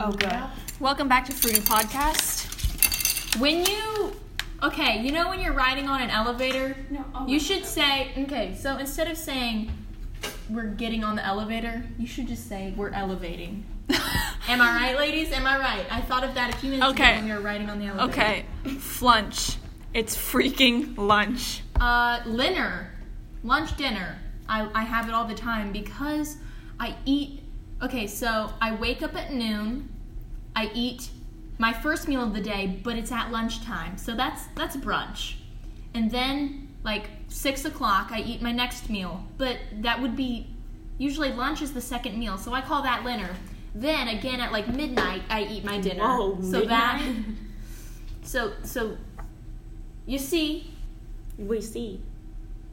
Oh, good. Welcome back to Fruity Podcast. When you okay, you know when you're riding on an elevator, No, oh you my should say okay. So instead of saying we're getting on the elevator, you should just say we're elevating. Am I right, ladies? Am I right? I thought of that a few minutes Okay. ago when we were riding on the elevator. Okay, flunch. It's freaking lunch. Uh, dinner, lunch, dinner. I, I have it all the time because I eat. Okay, so I wake up at noon. I eat my first meal of the day, but it's at lunchtime, so that's that's brunch. And then like six o'clock, I eat my next meal, but that would be usually lunch is the second meal, so I call that dinner. Then again at like midnight, I eat my dinner. Whoa, so that so so you see We see.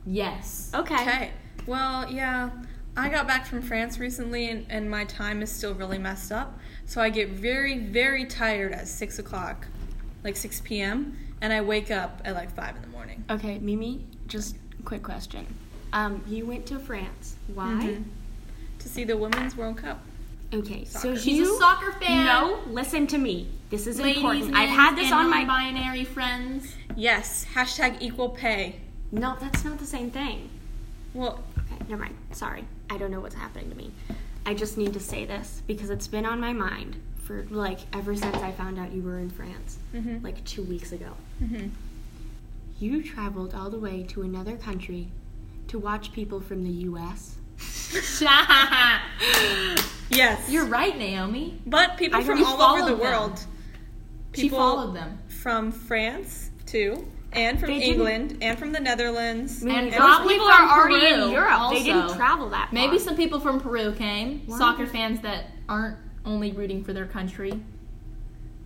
yes. Okay. Okay. Well, yeah. I got back from France recently and, and my time is still really messed up. So I get very, very tired at 6 o'clock, like 6 p.m., and I wake up at like 5 in the morning. Okay, Mimi, just a quick question. Um, you went to France. Why? Mm-hmm. To see the Women's World Cup. Okay, so She's you a soccer fan. No, listen to me. This is Ladies, important. men, I've had this and on my binary friends. Yes, hashtag equal pay. No, that's not the same thing. Well, Okay, never mind. Sorry. I don't know what's happening to me. I just need to say this because it's been on my mind for like ever since I found out you were in France, Mm-hmm. like two weeks ago. You traveled all the way to another country to watch people from the U.S. yes. You're right, Naomi. but people I from don't- all over the followed them. world. She followed them. from France, too, and from They didn't- England, and from the Netherlands. mean, And those probably people from are already in Peru Europe. They didn't also. travel that. Maybe far. some people from Peru came. Why? Soccer fans that aren't only rooting for their country.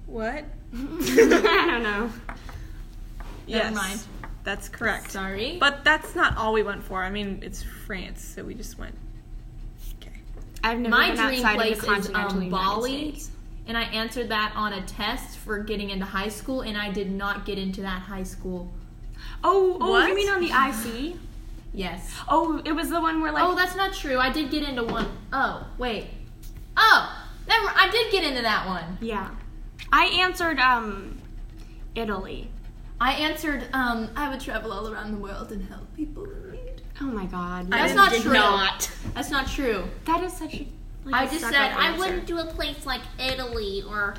What? I don't know. Yes, mind. That's correct. Sorry. But that's not all we went for. I mean, it's France, so we just went. Okay. I've never My been dream outside place of is, the continental um, United Bali. States. And I answered that on a test for getting into high school, and I did not get into that high school. Oh, oh, What? you mean on the IC? Yes. Oh, it was the one where like Oh, that's not true. I did get into one. Oh, wait. Oh, never. I did get into that one. Yeah. I answered um Italy. I answered. Um, I would travel all around the world and help people in need. Oh my god. That's I not did true. not. That's not true. that is such a like, I a just suck-up said I answer. wouldn't do a place like Italy or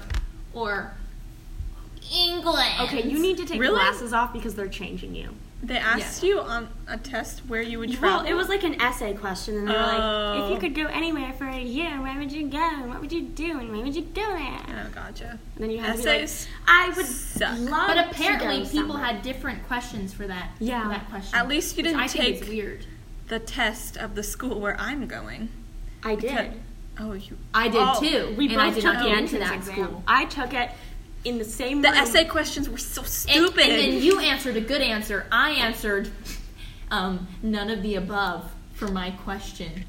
or England. Okay, you need to take Really? your glasses off because they're changing you. They asked you on a test where you would travel. Well, it was like an essay question and they were like, Oh. if you could go anywhere for a year, where would you go? And What would you do? And when would you do it? And Oh, gotcha. then you had Essays to be like, I would suck. love but to apparently go people somewhere." had different questions for that. Yeah. for that question. At least you which didn't I think is take- weird. The test of the school where I'm going. I did. Oh, you. I did Oh, too, We and both I did took not the get into entrance that exam. school. I took it in the same The room. essay questions were so And, stupid. and then you answered a good answer. I answered um, none of the above for my question.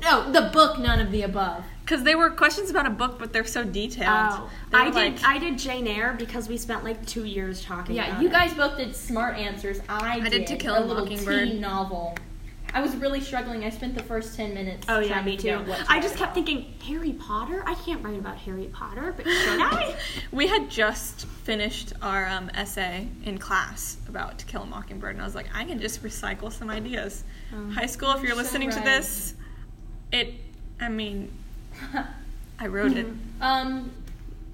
No, the book None of the Above. Because they were questions about a book, but they're so detailed. Oh, They were I like- did. I did Jane Eyre because we spent like two years talking. Yeah, about you it. guys both did smart answers. I, did To Kill a little Mockingbird. teen novel. I was really struggling. I spent the first ten minutes. Oh yeah, trying to me figure too. out what to I write just kept about. thinking Harry Potter. I can't write about Harry Potter, but should I? We had just finished our um, essay in class about To Kill a Mockingbird, and I was like, I can just recycle some ideas. High school, if you're so listening to right. this, it, I mean, I wrote it. um,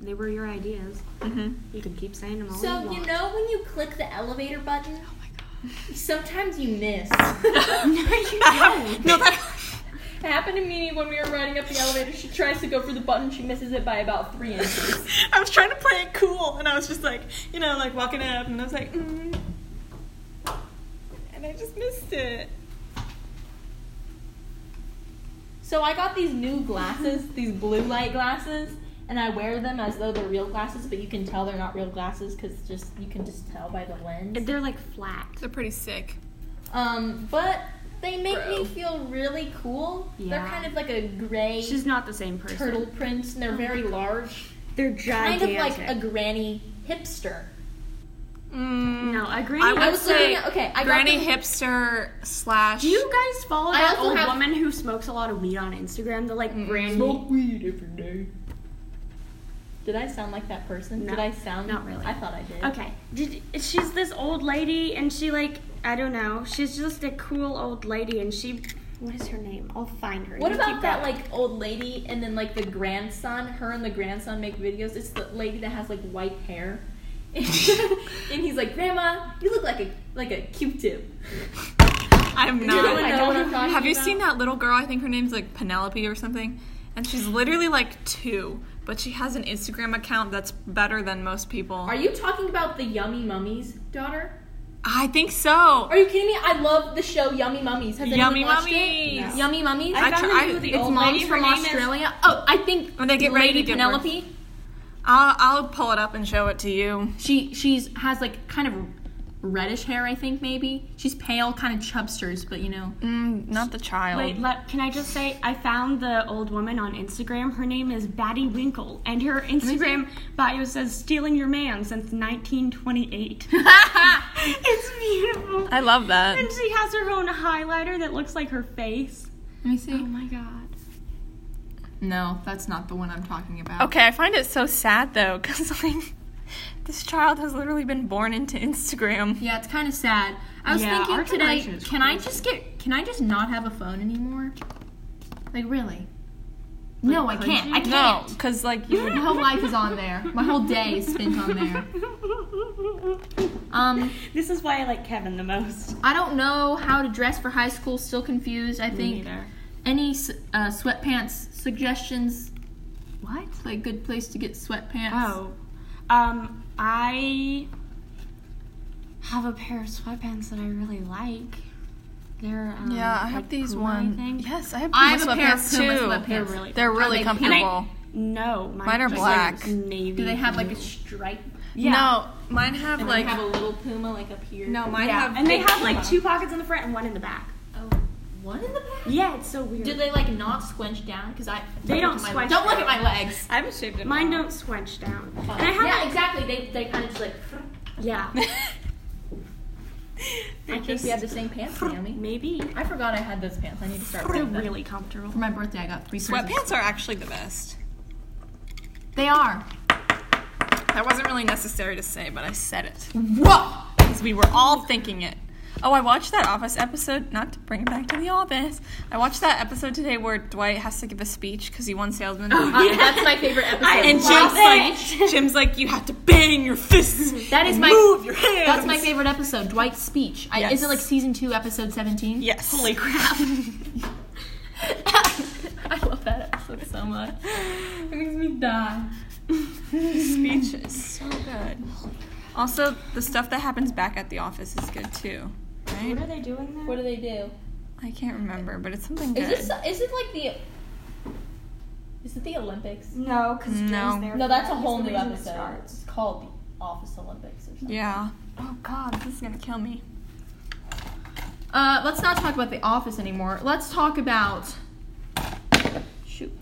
They were your ideas. hmm You can keep saying them all so you you want. know when you click the elevator button, Mm-hmm. sometimes you miss. no, that, It happened to me when we were riding up the elevator. She tries to go for the button, she misses it by about three inches. I was trying to play it cool, and I was just like, you know, like walking up, and I was like, mm. and I just missed it. So I got these new glasses, these blue light glasses, and I wear them as though they're real glasses, but you can tell they're not real glasses because just you can just tell by the lens. They're like flat. They're pretty sick. Um, but they make Bro. me feel really cool. They're Yeah. kind of like a gray She's not the same person. turtle print, and they're very large, They're kind gigantic. of like a granny hipster. Mm. no, a granny. I would I was say looking at- okay, I got granny them- hipster slash. do you guys follow I that also old have- Mm. woman who smokes a lot of weed on Instagram? The like granny. weed every day. Did I sound like that person? No, did I sound? not really. I thought I did. Okay. Did she's this old lady and she like I don't know. She's just a cool old lady and she what is her name? I'll find her. What You about keep that going. like old lady and then like the grandson? Her and the grandson make videos. It's the lady that has like white hair, and he's like, "Grandma, you look like a like a Q-tip." I'm not- I know what I'm not. talking Oh Have you about. seen that little girl? I think her name's like Penelope or something. And she's literally like two, but she has an Instagram account that's better than most people. Are you talking about the Yummy Mummies daughter? I think so. Are you kidding me? I love the show Yummy Mummies. Has anyone Yummy watched Mummies. It? No. Yummy Mummies. I found tr- I- who the it's old moms lady- her from name is- Australia. Oh, I think When they get ready Lady to give birth. Penelope. I'll, I'll pull it up and show it to you. She she's has like kind of reddish hair. I think maybe she's pale, kind of chubsters, but you know. Mm, not the child. Wait, let, can I just say I found the old woman on Instagram. Her name is Batty Winkle, and her Instagram bio says "stealing your man since 1928." it's beautiful, I love that. and she has her own highlighter that looks like her face. Let me see. Oh my god! No, that's not the one I'm talking about. Okay, I find it so sad though, because like this child has literally been born into Instagram. Yeah, it's kind of sad. I was Yeah, thinking our today, generation is can I just get, can I just not have a phone anymore? Like really? no, I could can't. you? I No, can't. because like you would. My whole life is on there. My whole day is spent on there. Um, This is why I like Kevin the most. I don't know how to dress for high school. Still confused. I think any s- uh, sweatpants suggestions. What? Like good place to get sweatpants. Oh, um, I have a pair of sweatpants that I really like. They're um, Yeah, I have like these Puma, I one. think. Yes, I have, I have Puma a pair of sweatpants, Puma too. sweatpants. They're really They're really they- comfortable. No, mine, Mine are just, like, black. navy. Do they have like a blue. stripe? yeah. No, mine have And like they have a little puma like up here. no, mine Yeah, have and they big have like Puma. two pockets in the front and one in the back. Oh, one in the back. Yeah, it's so weird. Do they like not squinch down? Because I They look don't at my, squinch Don't look at my legs. I haven't shaved it. Mine don't squinch down. And I have Yeah, exactly. They they kind of just like. yeah. I think we have the same pants, Naomi. Maybe I forgot I had those pants. I need to start they're with them. really comfortable. For my birthday, I got three pairs of- Sweatpants are actually the best. They are. That wasn't really necessary to say, but I said it Whoa. because we were all thinking it. Oh, I watched that Office episode. Not to bring it back to the Office, I watched that episode today where Dwight has to give a speech because he won salesman. of the Uh, that's my favorite episode. And Jim's Last night- like, Jim's like, you have to bang your fists. That is and my- move your hands. That's my favorite episode, Dwight's speech. I, is Yes. it like season two, episode seventeen? Yes. Holy crap. I love that episode so much. It makes me die. Speech is so good. Also, the stuff that happens back at the office is good too. What Right? are they doing there? What do they do? I can't remember, but it's something good. Is this? Is it like the? Is it the Olympics? no, because No. there. No, that's a He's whole the new reason it episode. starts. It's called the Office Olympics or something. yeah. Oh god, this is gonna kill me. Uh, let's not talk about the Office anymore. Let's talk about. Shoot.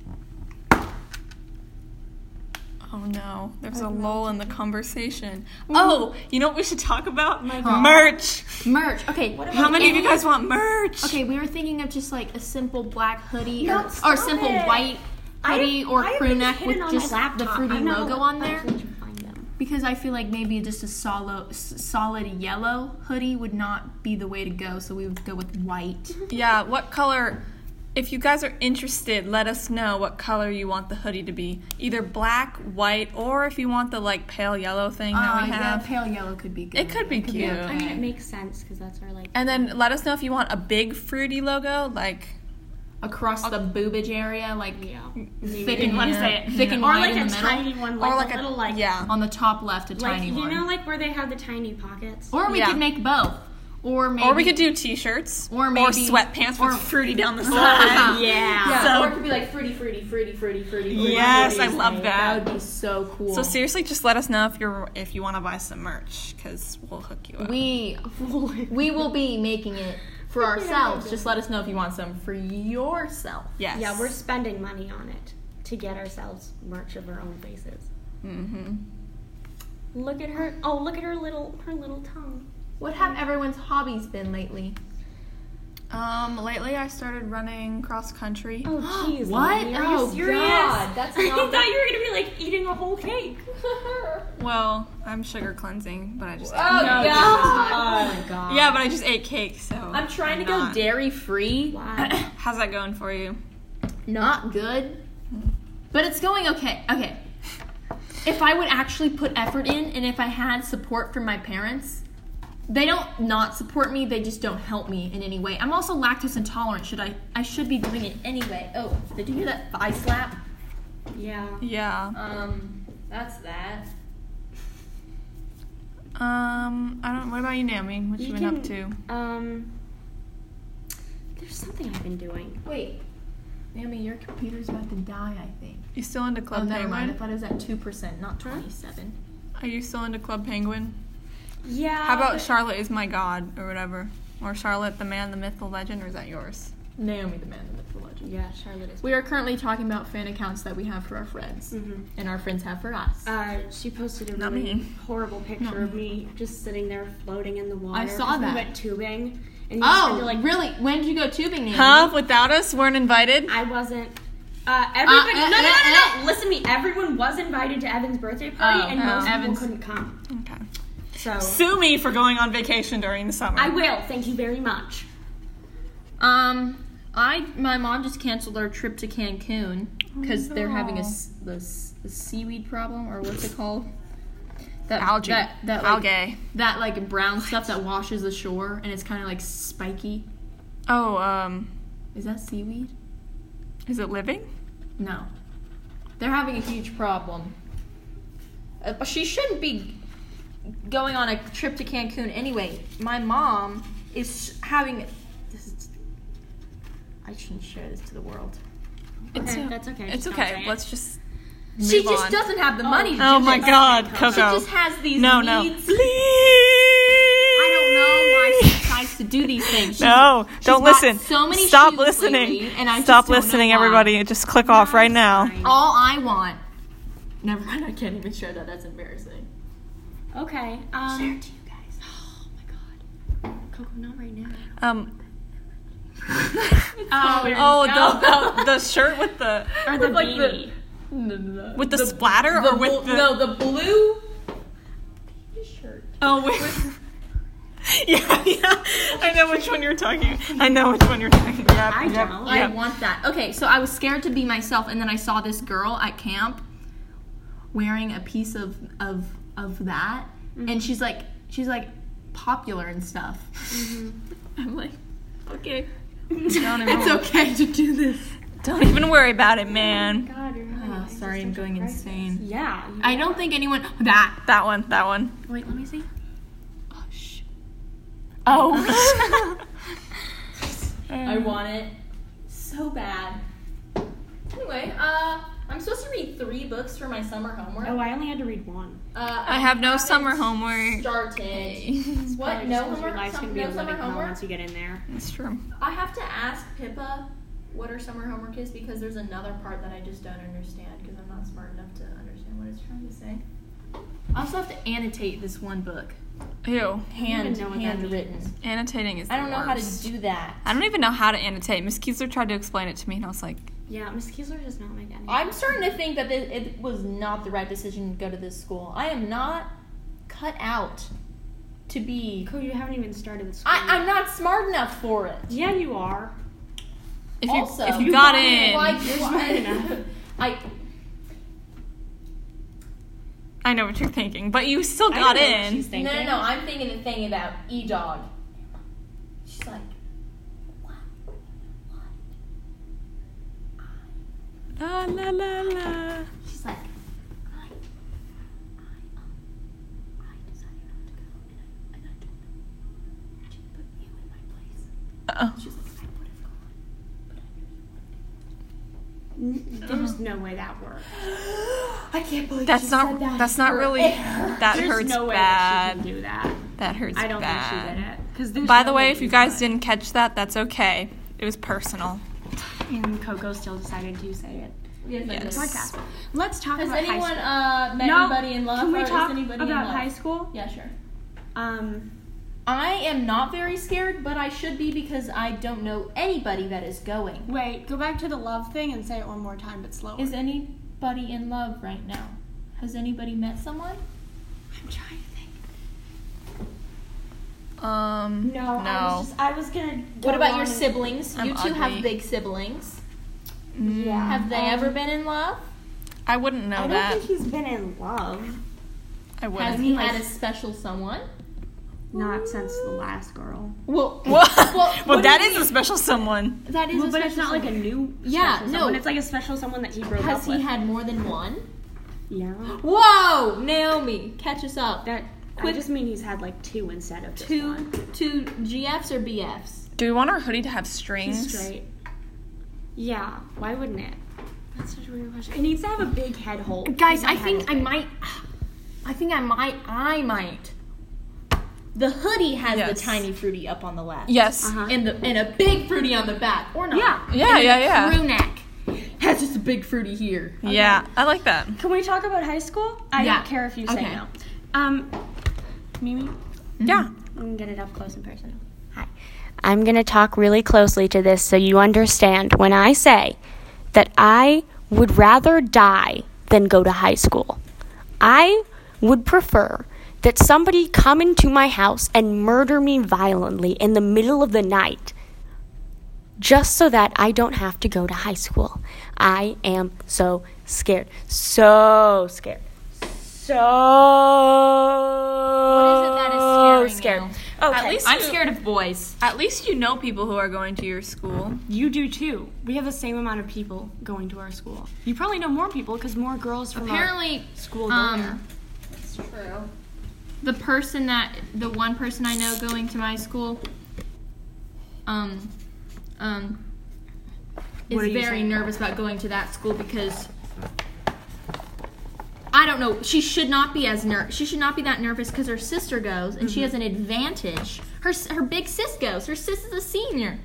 Oh no, there's a lull in the conversation. Oh, you know what we should talk about? My God. merch. Merch. Okay. What How many of you guys want merch? Okay, we were thinking of just like a simple black hoodie No, or, or stop simple it. white I have- hoodie or I have crew these neck with hidden on my just the laptop. fruity I know, logo on but there. where'd you find them? Because I feel like maybe just a solid, solid yellow hoodie would not be the way to go. So we would go with white. Mm-hmm. Yeah, what color? If you guys are interested, let us know what color you want the hoodie to be. Either black, white, or if you want the like pale yellow thing that Uh, we yeah, have. pale yellow could be good. It could be cute. I mean, it makes sense because that's our like. And then let us know if you want a big fruity logo, like across the boobage area, like Yeah. thick and wanna yeah. say it. thick and Or wide like in a the middle. tiny one, like, or like a little like yeah. On the top left, a like tiny you one. know like where they have the tiny pockets. or we Yeah. could make both. Or maybe. Or we could do t-shirts Or maybe- sweatpants or- with fruity down the side. yeah. Uh-huh. Yeah, So- or it could be like fruity, fruity, fruity, fruity, fruity. fruity, Yes, fruity. I That love that. would be so cool. So seriously, just let us know if you're if you want to buy some merch because we'll hook you up. we we will be making it for ourselves. Just let us know if you want some for yourself. yes. Yeah, we're spending money on it to get ourselves merch of our own faces. Mm-hmm. Look at her. Oh, look at her little her little tongue. What have everyone's hobbies been lately? Um, lately I started running cross country. Oh, jeez. What? Lily, Are Oh, you serious? God, that's not I thought you were gonna be like eating a whole cake. Well, I'm sugar cleansing, but I just Oh, yeah. No, God. my god. yeah, but I just ate cake, so I'm trying to not. go dairy free. Why? How's that going for you? Not good. But it's going okay. Okay. If I would actually put effort in and if I had support from my parents, they don't not support me, they just don't help me in any way. I'm also lactose intolerant. Should I I should be doing it anyway. Oh, did you hear that thigh slap? Yeah. Yeah. Um, that's that. Um, I don't. What about you, Naomi? What you, You been up to? can- Um, there's something I've been doing. Wait. Naomi, your computer's about to die, I think. You still into Club oh, never Penguin? mind. I thought it was at 2%, not 27. Are you still into Club Penguin? Yeah. Uh, How about Charlotte is my god or whatever, or Charlotte the man, the myth, the legend, or is that yours? Naomi, the man, the myth, the legend. Yeah, Charlotte is. We are currently talking about fan accounts that we have for our friends, Mm-hmm. Mhm. and our friends have for us. Uh, she posted a Not really me. horrible picture of me just sitting there floating in the water. I saw 'cause that. We went tubing, and you just had oh, to, like like really? When did you go tubing, Naomi? Huh? Without us, weren't invited. I wasn't. Uh, everybody, uh, no, no, no, uh, no, no. Listen to me. Everyone was invited to Evan's birthday party, Oh, and oh. most Evan's- people couldn't come. Okay. So Sue me for going on vacation during the summer. I will. Thank you very much. Um, I my mom just canceled our trip to Cancun because they're having a s- the, s- the seaweed problem or what's it called? That Algae. That, that like, Algae. That like brown stuff that washes the shore and it's kind of like spiky. Oh, um, Is that seaweed? is it living? No. They're having a huge problem. Uh, but she shouldn't be going on a trip to Cancun anyway. My mom is having. This is. I shouldn't share this to the world. It's Okay, o- that's okay. It's Just don't say okay. it. Let's just. she move just on. doesn't have the money. to Oh do my this. God, She Coco! just has these no, no. needs. Please. I don't know why I she decides to do these things. She's- No, she's don't bought listen. So many Stop shoes listening. lately, and I just Stop don't know listening, why. everybody. Just click off right now. All I want. Never mind. I can't even share that. That's embarrassing. Okay. Um, you guys. Oh my god. Coco, not right now. Um. Oh, Oh, No. the, the the shirt with the or the like the- beanie. No, no, no. with the, splatter or with bl- the no the blue shirt. oh with. Yeah, yeah. I know which one you're talking. I know which one you're talking. Yeah, I yep, don't. I yep. want that. Okay, so I was scared to be myself, and then I saw this girl at camp wearing a piece of of of that, and she's like she's like popular and stuff. Mm-hmm. I'm like, okay, Don't even, it's okay to do this. don't even worry about it, man. Ah, God, you're Oh, sorry, I'm going insane. Yeah. you- I don't think anyone that. That one. That one. Wait, let me see. Oh shoot. Oh. I want it so bad. Anyway, uh, I'm supposed to read three books for my summer homework. Oh, I only had to read one. Uh, I have no summer homework. Started. what? No Probably just 'cause Your homework. life's Some, gonna be no a summer living hell homework. once you get in there. It's true. I have to ask Pippa what her summer homework is because there's another part that I just don't understand because I'm not smart enough to understand what it's trying to say. I also have to annotate this one book, Ew. hand know what that means. handwritten. Annotating is. I don't the know how to worst. do that. I don't even know how to annotate. Miss Kiesler tried to explain it to me, and I was like, Yeah, Miss Kiesler does not make any. I'm starting to think that thi- it was not the right decision to go to this school. I am not cut out to be. Coco, you haven't even started the school. I, I'm not smart enough for it. Yeah, you are. if you also, if you got I in, like- You're smart enough. I I know what you're thinking, but you still I got know what in. she's no, thinking. no, no. I'm thinking the thing about E Dog. She's like, what? What? Ah, La la la la. She's like, I, I, um, I decided not to go, and I, and I don't know. She put you in my place. Uh-oh. She's like, I would have gone, but I knew you wanted. N- There's no way that worked. I can't believe That's not. That's not really. That There's hurts no way that bad. she can do that. That hurts I don't bad. think she did it. 'Cause there's By no the way, way if you that guys saw it. didn't catch that, that's okay. It was personal. and Coco still decided to say it. Yes. Podcast. Let's talk Has about high anyone school. uh, met No, anybody in love? Can we or talk is anybody about in love? high school? Yeah, sure. Um, I am not very scared, but I should be because I don't know anybody that is going. wait, go back to the love thing and say it one more time, but slower. Is anybody in love right now? Has anybody met someone? I'm trying to think. Um. No, I was just I was gonna. Go What about on your and- siblings? I'm you two ugly. have big siblings. Mm, Yeah. Have they um, ever been in love? I wouldn't I know don't that. think he's been in love. I Has wouldn't. he like- had a special someone? Not since the last girl. Well, What? Well, Well, what that do is a special someone. that is. a Well, but special it's not like a someone. new. Yeah, special no. Someone. It's like a special someone that he broke Has up he with. had more than one? yeah. Whoa, Naomi, catch us up. That. I Quick- just mean he's had like two instead of just two, one. two GFs or BFs? Do we want our hoodie to have strings? He's straight. Yeah. Why wouldn't it? That's such a weird question. It needs to have a big head hole. Guys, His I head is think I big. might. I think I might. I might. The hoodie has Yes. the tiny fruity up on the left. Yes. Uh-huh. And the and a big fruity on the back, or not? Yeah. Yeah, And yeah, a yeah. Crew neck has just a big fruity here. Yeah, I like that. Can we talk about high school? I Yeah. don't care if you say Okay. no. Um, Mimi, Yeah. I'm gonna get it up close and personal. Hi. I'm gonna talk really closely to this so you understand when I say that I would rather die than go to high school. I would prefer that somebody come into my house and murder me violently in the middle of the night just so that I don't have to go to high school. I am so scared. So scared. So that is scared. scaring Okay. At least you, of boys. At least you know people who are going to your school. You do too. We have the same amount of people going to our school. You probably know more people because more girls from Apparently, our school go there. um, It's true. the person that the one person I know going to my school, um, um, is What are you very saying? nervous about going to that school because I don't know. She should not be as ner. She should not be that nervous because her sister goes and Mm-hmm. she has an advantage. Her s- her big sis goes. Her sis is a senior.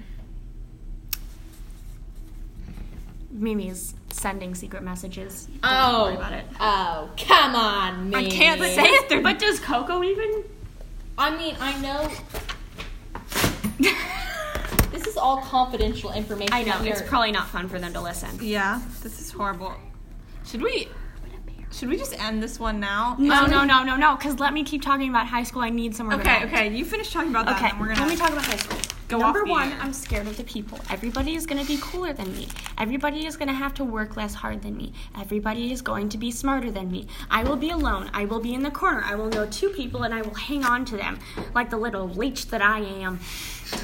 Mimi's sending secret messages. Don't Oh. worry about it. Oh come on, me. I can't say it. They're But does Coco even? I mean, I know. this is all confidential information. I know that we it's are- probably not fun for them to listen. Yeah, this is horrible. Should we? Should we just end this one now? Um, No, no, no, no, no. Because let me keep talking about high school. I need somewhere. Oh, Okay, to go. okay. You finish talking about that, Okay, and we're gonna let me talk about high school. go Number off the one, air. I'm scared of the people. Everybody is going to be cooler than me. Everybody is going to have to work less hard than me. Everybody is going to be smarter than me. I will be alone. I will be in the corner. I will know two people and I will hang on to them like the little leech that I am.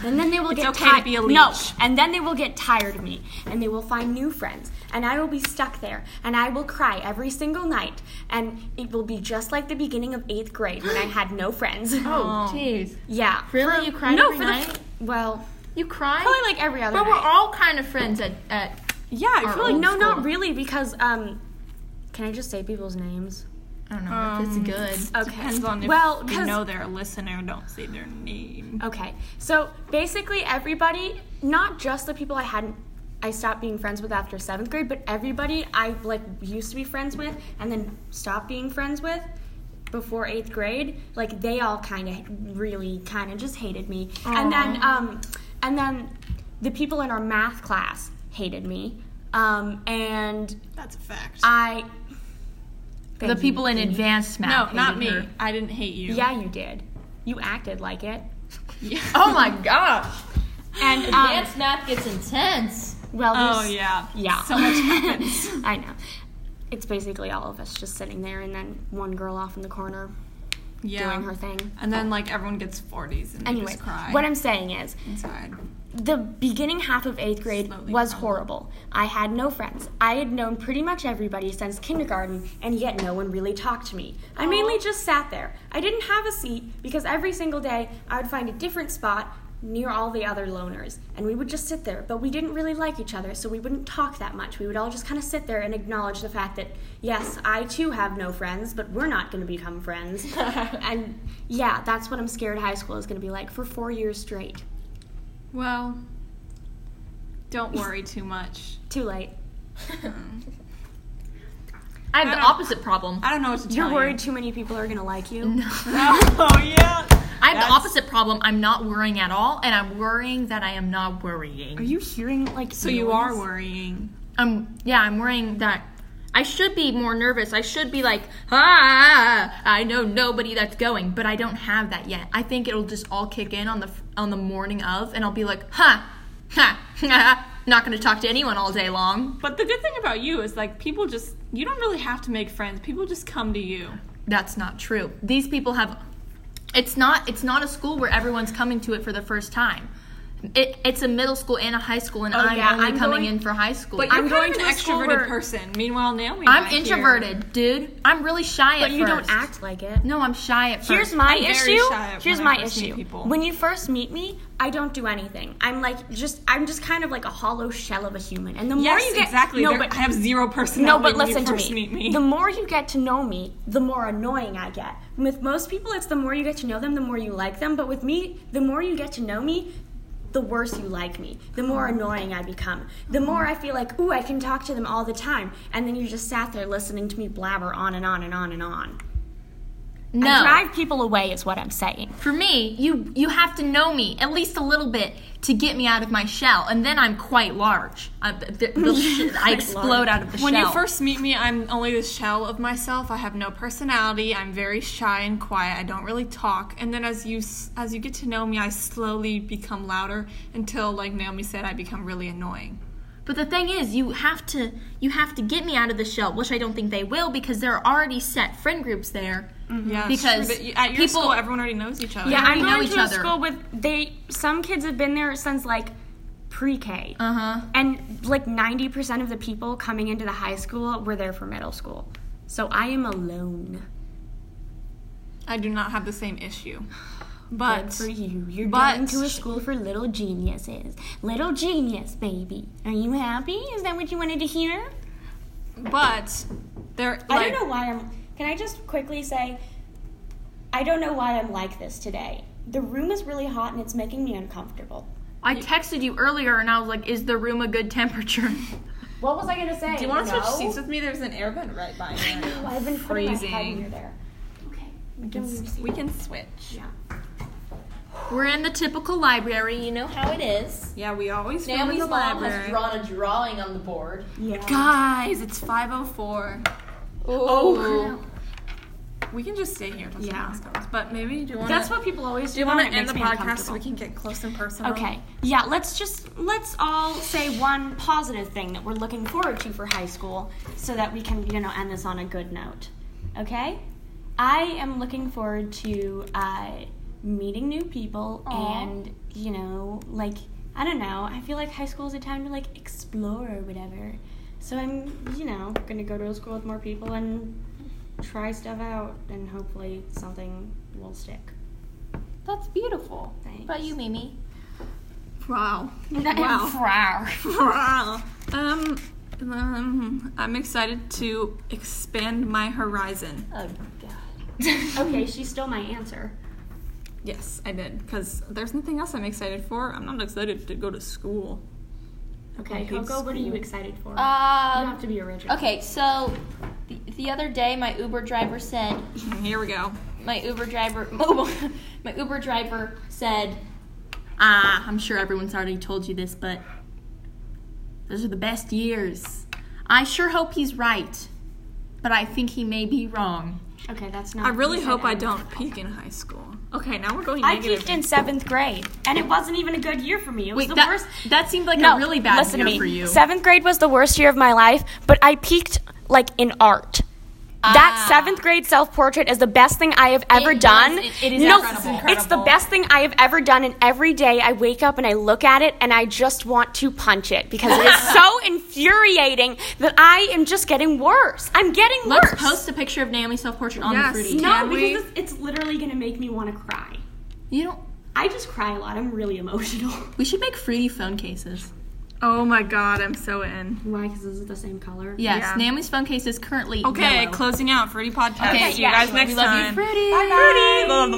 And then they will get okay to ti- be a No, leech. and then they will get tired of me and they will find new friends and I will be stuck there and I will cry every single night and it will be just like the beginning of 8th grade when I had no friends. Oh, jeez. Yeah. Really? you cried no, every for the- night? Well, you cried? probably like every other but we're night. all kind of friends at. at Yeah, I Our feel like old no, not school. really, because um, can I just say people's names? I don't know if it's good. Okay. depends on if well, we 'cause- know they're a listener. Don't say their name. Okay, so basically everybody, not just the people I hadn't. I stopped being friends with after seventh grade, but everybody I like used to be friends with and then stopped being friends with before eighth grade, like they all kind of really kind of just hated me. And then, um, and then the people in our math class hated me. Um, and That's a fact. I. The people in advanced no, math. not hated me. her. I didn't hate you. Yeah, you did. You acted like it. Oh my gosh. And um, Advanced math gets intense. well, Oh there's- yeah. yeah. So much happens. I know. It's basically all of us just sitting there, and then one girl off in the corner yeah. doing her thing. And then like everyone gets 40s and they Anyway, just cry what I'm saying is, inside. the beginning half of eighth grade Slowly was crumble. horrible. I had no friends. I had known pretty much everybody since kindergarten, and yet no one really talked to me. I mainly just sat there. I didn't have a seat because every single day I would find a different spot near all the other loners, and we would just sit there. But we didn't really like each other, so we wouldn't talk that much. We would all just kind of sit there and acknowledge the fact that, yes, I too have no friends, but we're not going to become friends. and yeah, that's what I'm scared high school is going to be like for four years straight. Well, don't worry too much. Too late. I have I the don't- opposite problem. I don't know what to tell You're you. worried too many people are gonna like you. Mm-hmm. oh yeah. I have the opposite problem. I'm not worrying at all, and I'm worrying that I am not worrying. Are you hearing like? So you are worrying. I'm yeah, I'm worrying that I should be more nervous. I should be like, ah, I know nobody that's going, but I don't have that yet. I think it'll just all kick in on the on the morning of, and I'll be like, ha, ha, ha, not going to talk to anyone all day long. But the good thing about you is like people just you don't really have to make friends. People just come to you. That's not true. These people have. It's not. It's not a school where everyone's coming to it for the first time. It, it's a middle school and a high school, and I'm yeah, only I'm coming going- in for high school. But I'm- you're I'm kind going of to an extroverted extroverted person. person. Meanwhile, Naomi. I'm back introverted, dude. I'm really shy at But you do don't first. act like it. No, I'm shy at first. Here's my I'm very issue. shy when Here's I my first meet issue. people. When you first meet me, I don't do anything. I'm like just I'm just kind of like a hollow shell of a human. And the Here. more Yes, you get exactly. no, There- but I have zero no, personality. but when listen you to first me. Meet me. The more you get to know me, the more annoying I get. With most people, it's the more you get to know them, the more you like them. But with me, the more you get to know me, the worse you like me. The more annoying I become. The more I feel like, ooh, I can talk to them all the time. And then you just sat there listening to me blabber on and on and on and on. no. I drive people away is what I'm saying. For me, you you have to know me at least a little bit to get me out of my shell, and then I'm quite large. I, th- the sh- I explode out of the when shell. you first meet me, I'm only the shell of myself. I have no personality. I'm very shy and quiet. I don't really talk. And then as you s- as you get to know me, I slowly become louder until, like Naomi said, I become really annoying. But the thing is, you have to you have to get me out of the shell, which I don't think they will because there are already set friend groups there. Yeah, it's Because true, but you- at your people- school, everyone already knows each other. Mm-hmm. Yeah, I'm we know going each to a other. school with they. Some kids have been there since like pre-K, Uh huh. and like 90% of the people coming into the high school were there for middle school. So I am alone. I do not have the same issue. Good But for you, you're but- going to a school for little geniuses. Little genius, baby. Are you happy? Is that what you wanted to hear? but there like, I don't know why I'm. Can I just quickly say, I don't know why I'm like this today. The room is really hot and it's making me uncomfortable. I texted you earlier, and I was like, "Is the room a good temperature?" What was I gonna say? Do you wanna switch seats? with me? There's an airbend right by me. Oh, I've been freezing. Freezing. Near there. Okay. Don't lose we can switch. We're in the typical library, you know how it is. Yeah, we always go to Naomi's the mom has library. drawn a drawing on the board. Yeah. Guys, it's 504. Oh. We can just stay here till someone Yeah. else goes. But maybe do you want That's what people always do. Do you want and to it end the makes me podcast so we uncomfortable. can get close and personal? Okay. Yeah. Let's just let's all say one positive thing that we're looking forward to for high school, so that we can you know end this on a good note. Okay. I am looking forward to uh, meeting new people and you know like I don't know. I feel like high school is a time to like explore or whatever. So I'm you know gonna go to a school with more people and try stuff out and hopefully something will stick. That's beautiful. Thanks. What about you, Mimi? Wow. Wow. Um, um, I'm excited to expand my horizon. Oh, God. Okay, she stole my answer. Yes, I did. Because there's nothing else I'm excited for. I'm not excited to go to school. Okay, I hate Coco, what are you excited for? you Um, have to be original. okay, so the, the other day my Uber driver said, Here we go. my Uber driver, my Uber driver said, ah, I'm sure everyone's already told you this, but those are the best years. I sure hope he's right, but I think he may be wrong. Okay, that's not. I really you said hope I that. don't peak in high school. Okay, now we're going I negative. peaked in seventh grade, and it wasn't even a good year for me. It was Wait, the that, worst. that seemed like No, a really bad listen year to me. for you. Seventh grade was the worst year of my life, but I peaked like in art. Ah. That seventh grade self portrait is the best thing I have ever It is- done. it- it is no, incredible. it's the best thing I have ever done, and every day I wake up and I look at it and I just want to punch it because it is so infuriating that I am just getting worse. I'm getting Let's worse. post a picture of Naomi's self-portrait on Yes. the fruity. no, Can because we- it's, it's literally gonna make me want to cry. You don't. I just cry a lot. I'm really emotional. We should make fruity phone cases. oh my god, I'm so in. Why? Because this is the same color. Yes, Yeah. Naomi's phone case is currently Okay, yellow. closing out. Fruity podcast. Okay, See you yeah, guys next we love time. you, fruity. Fruity.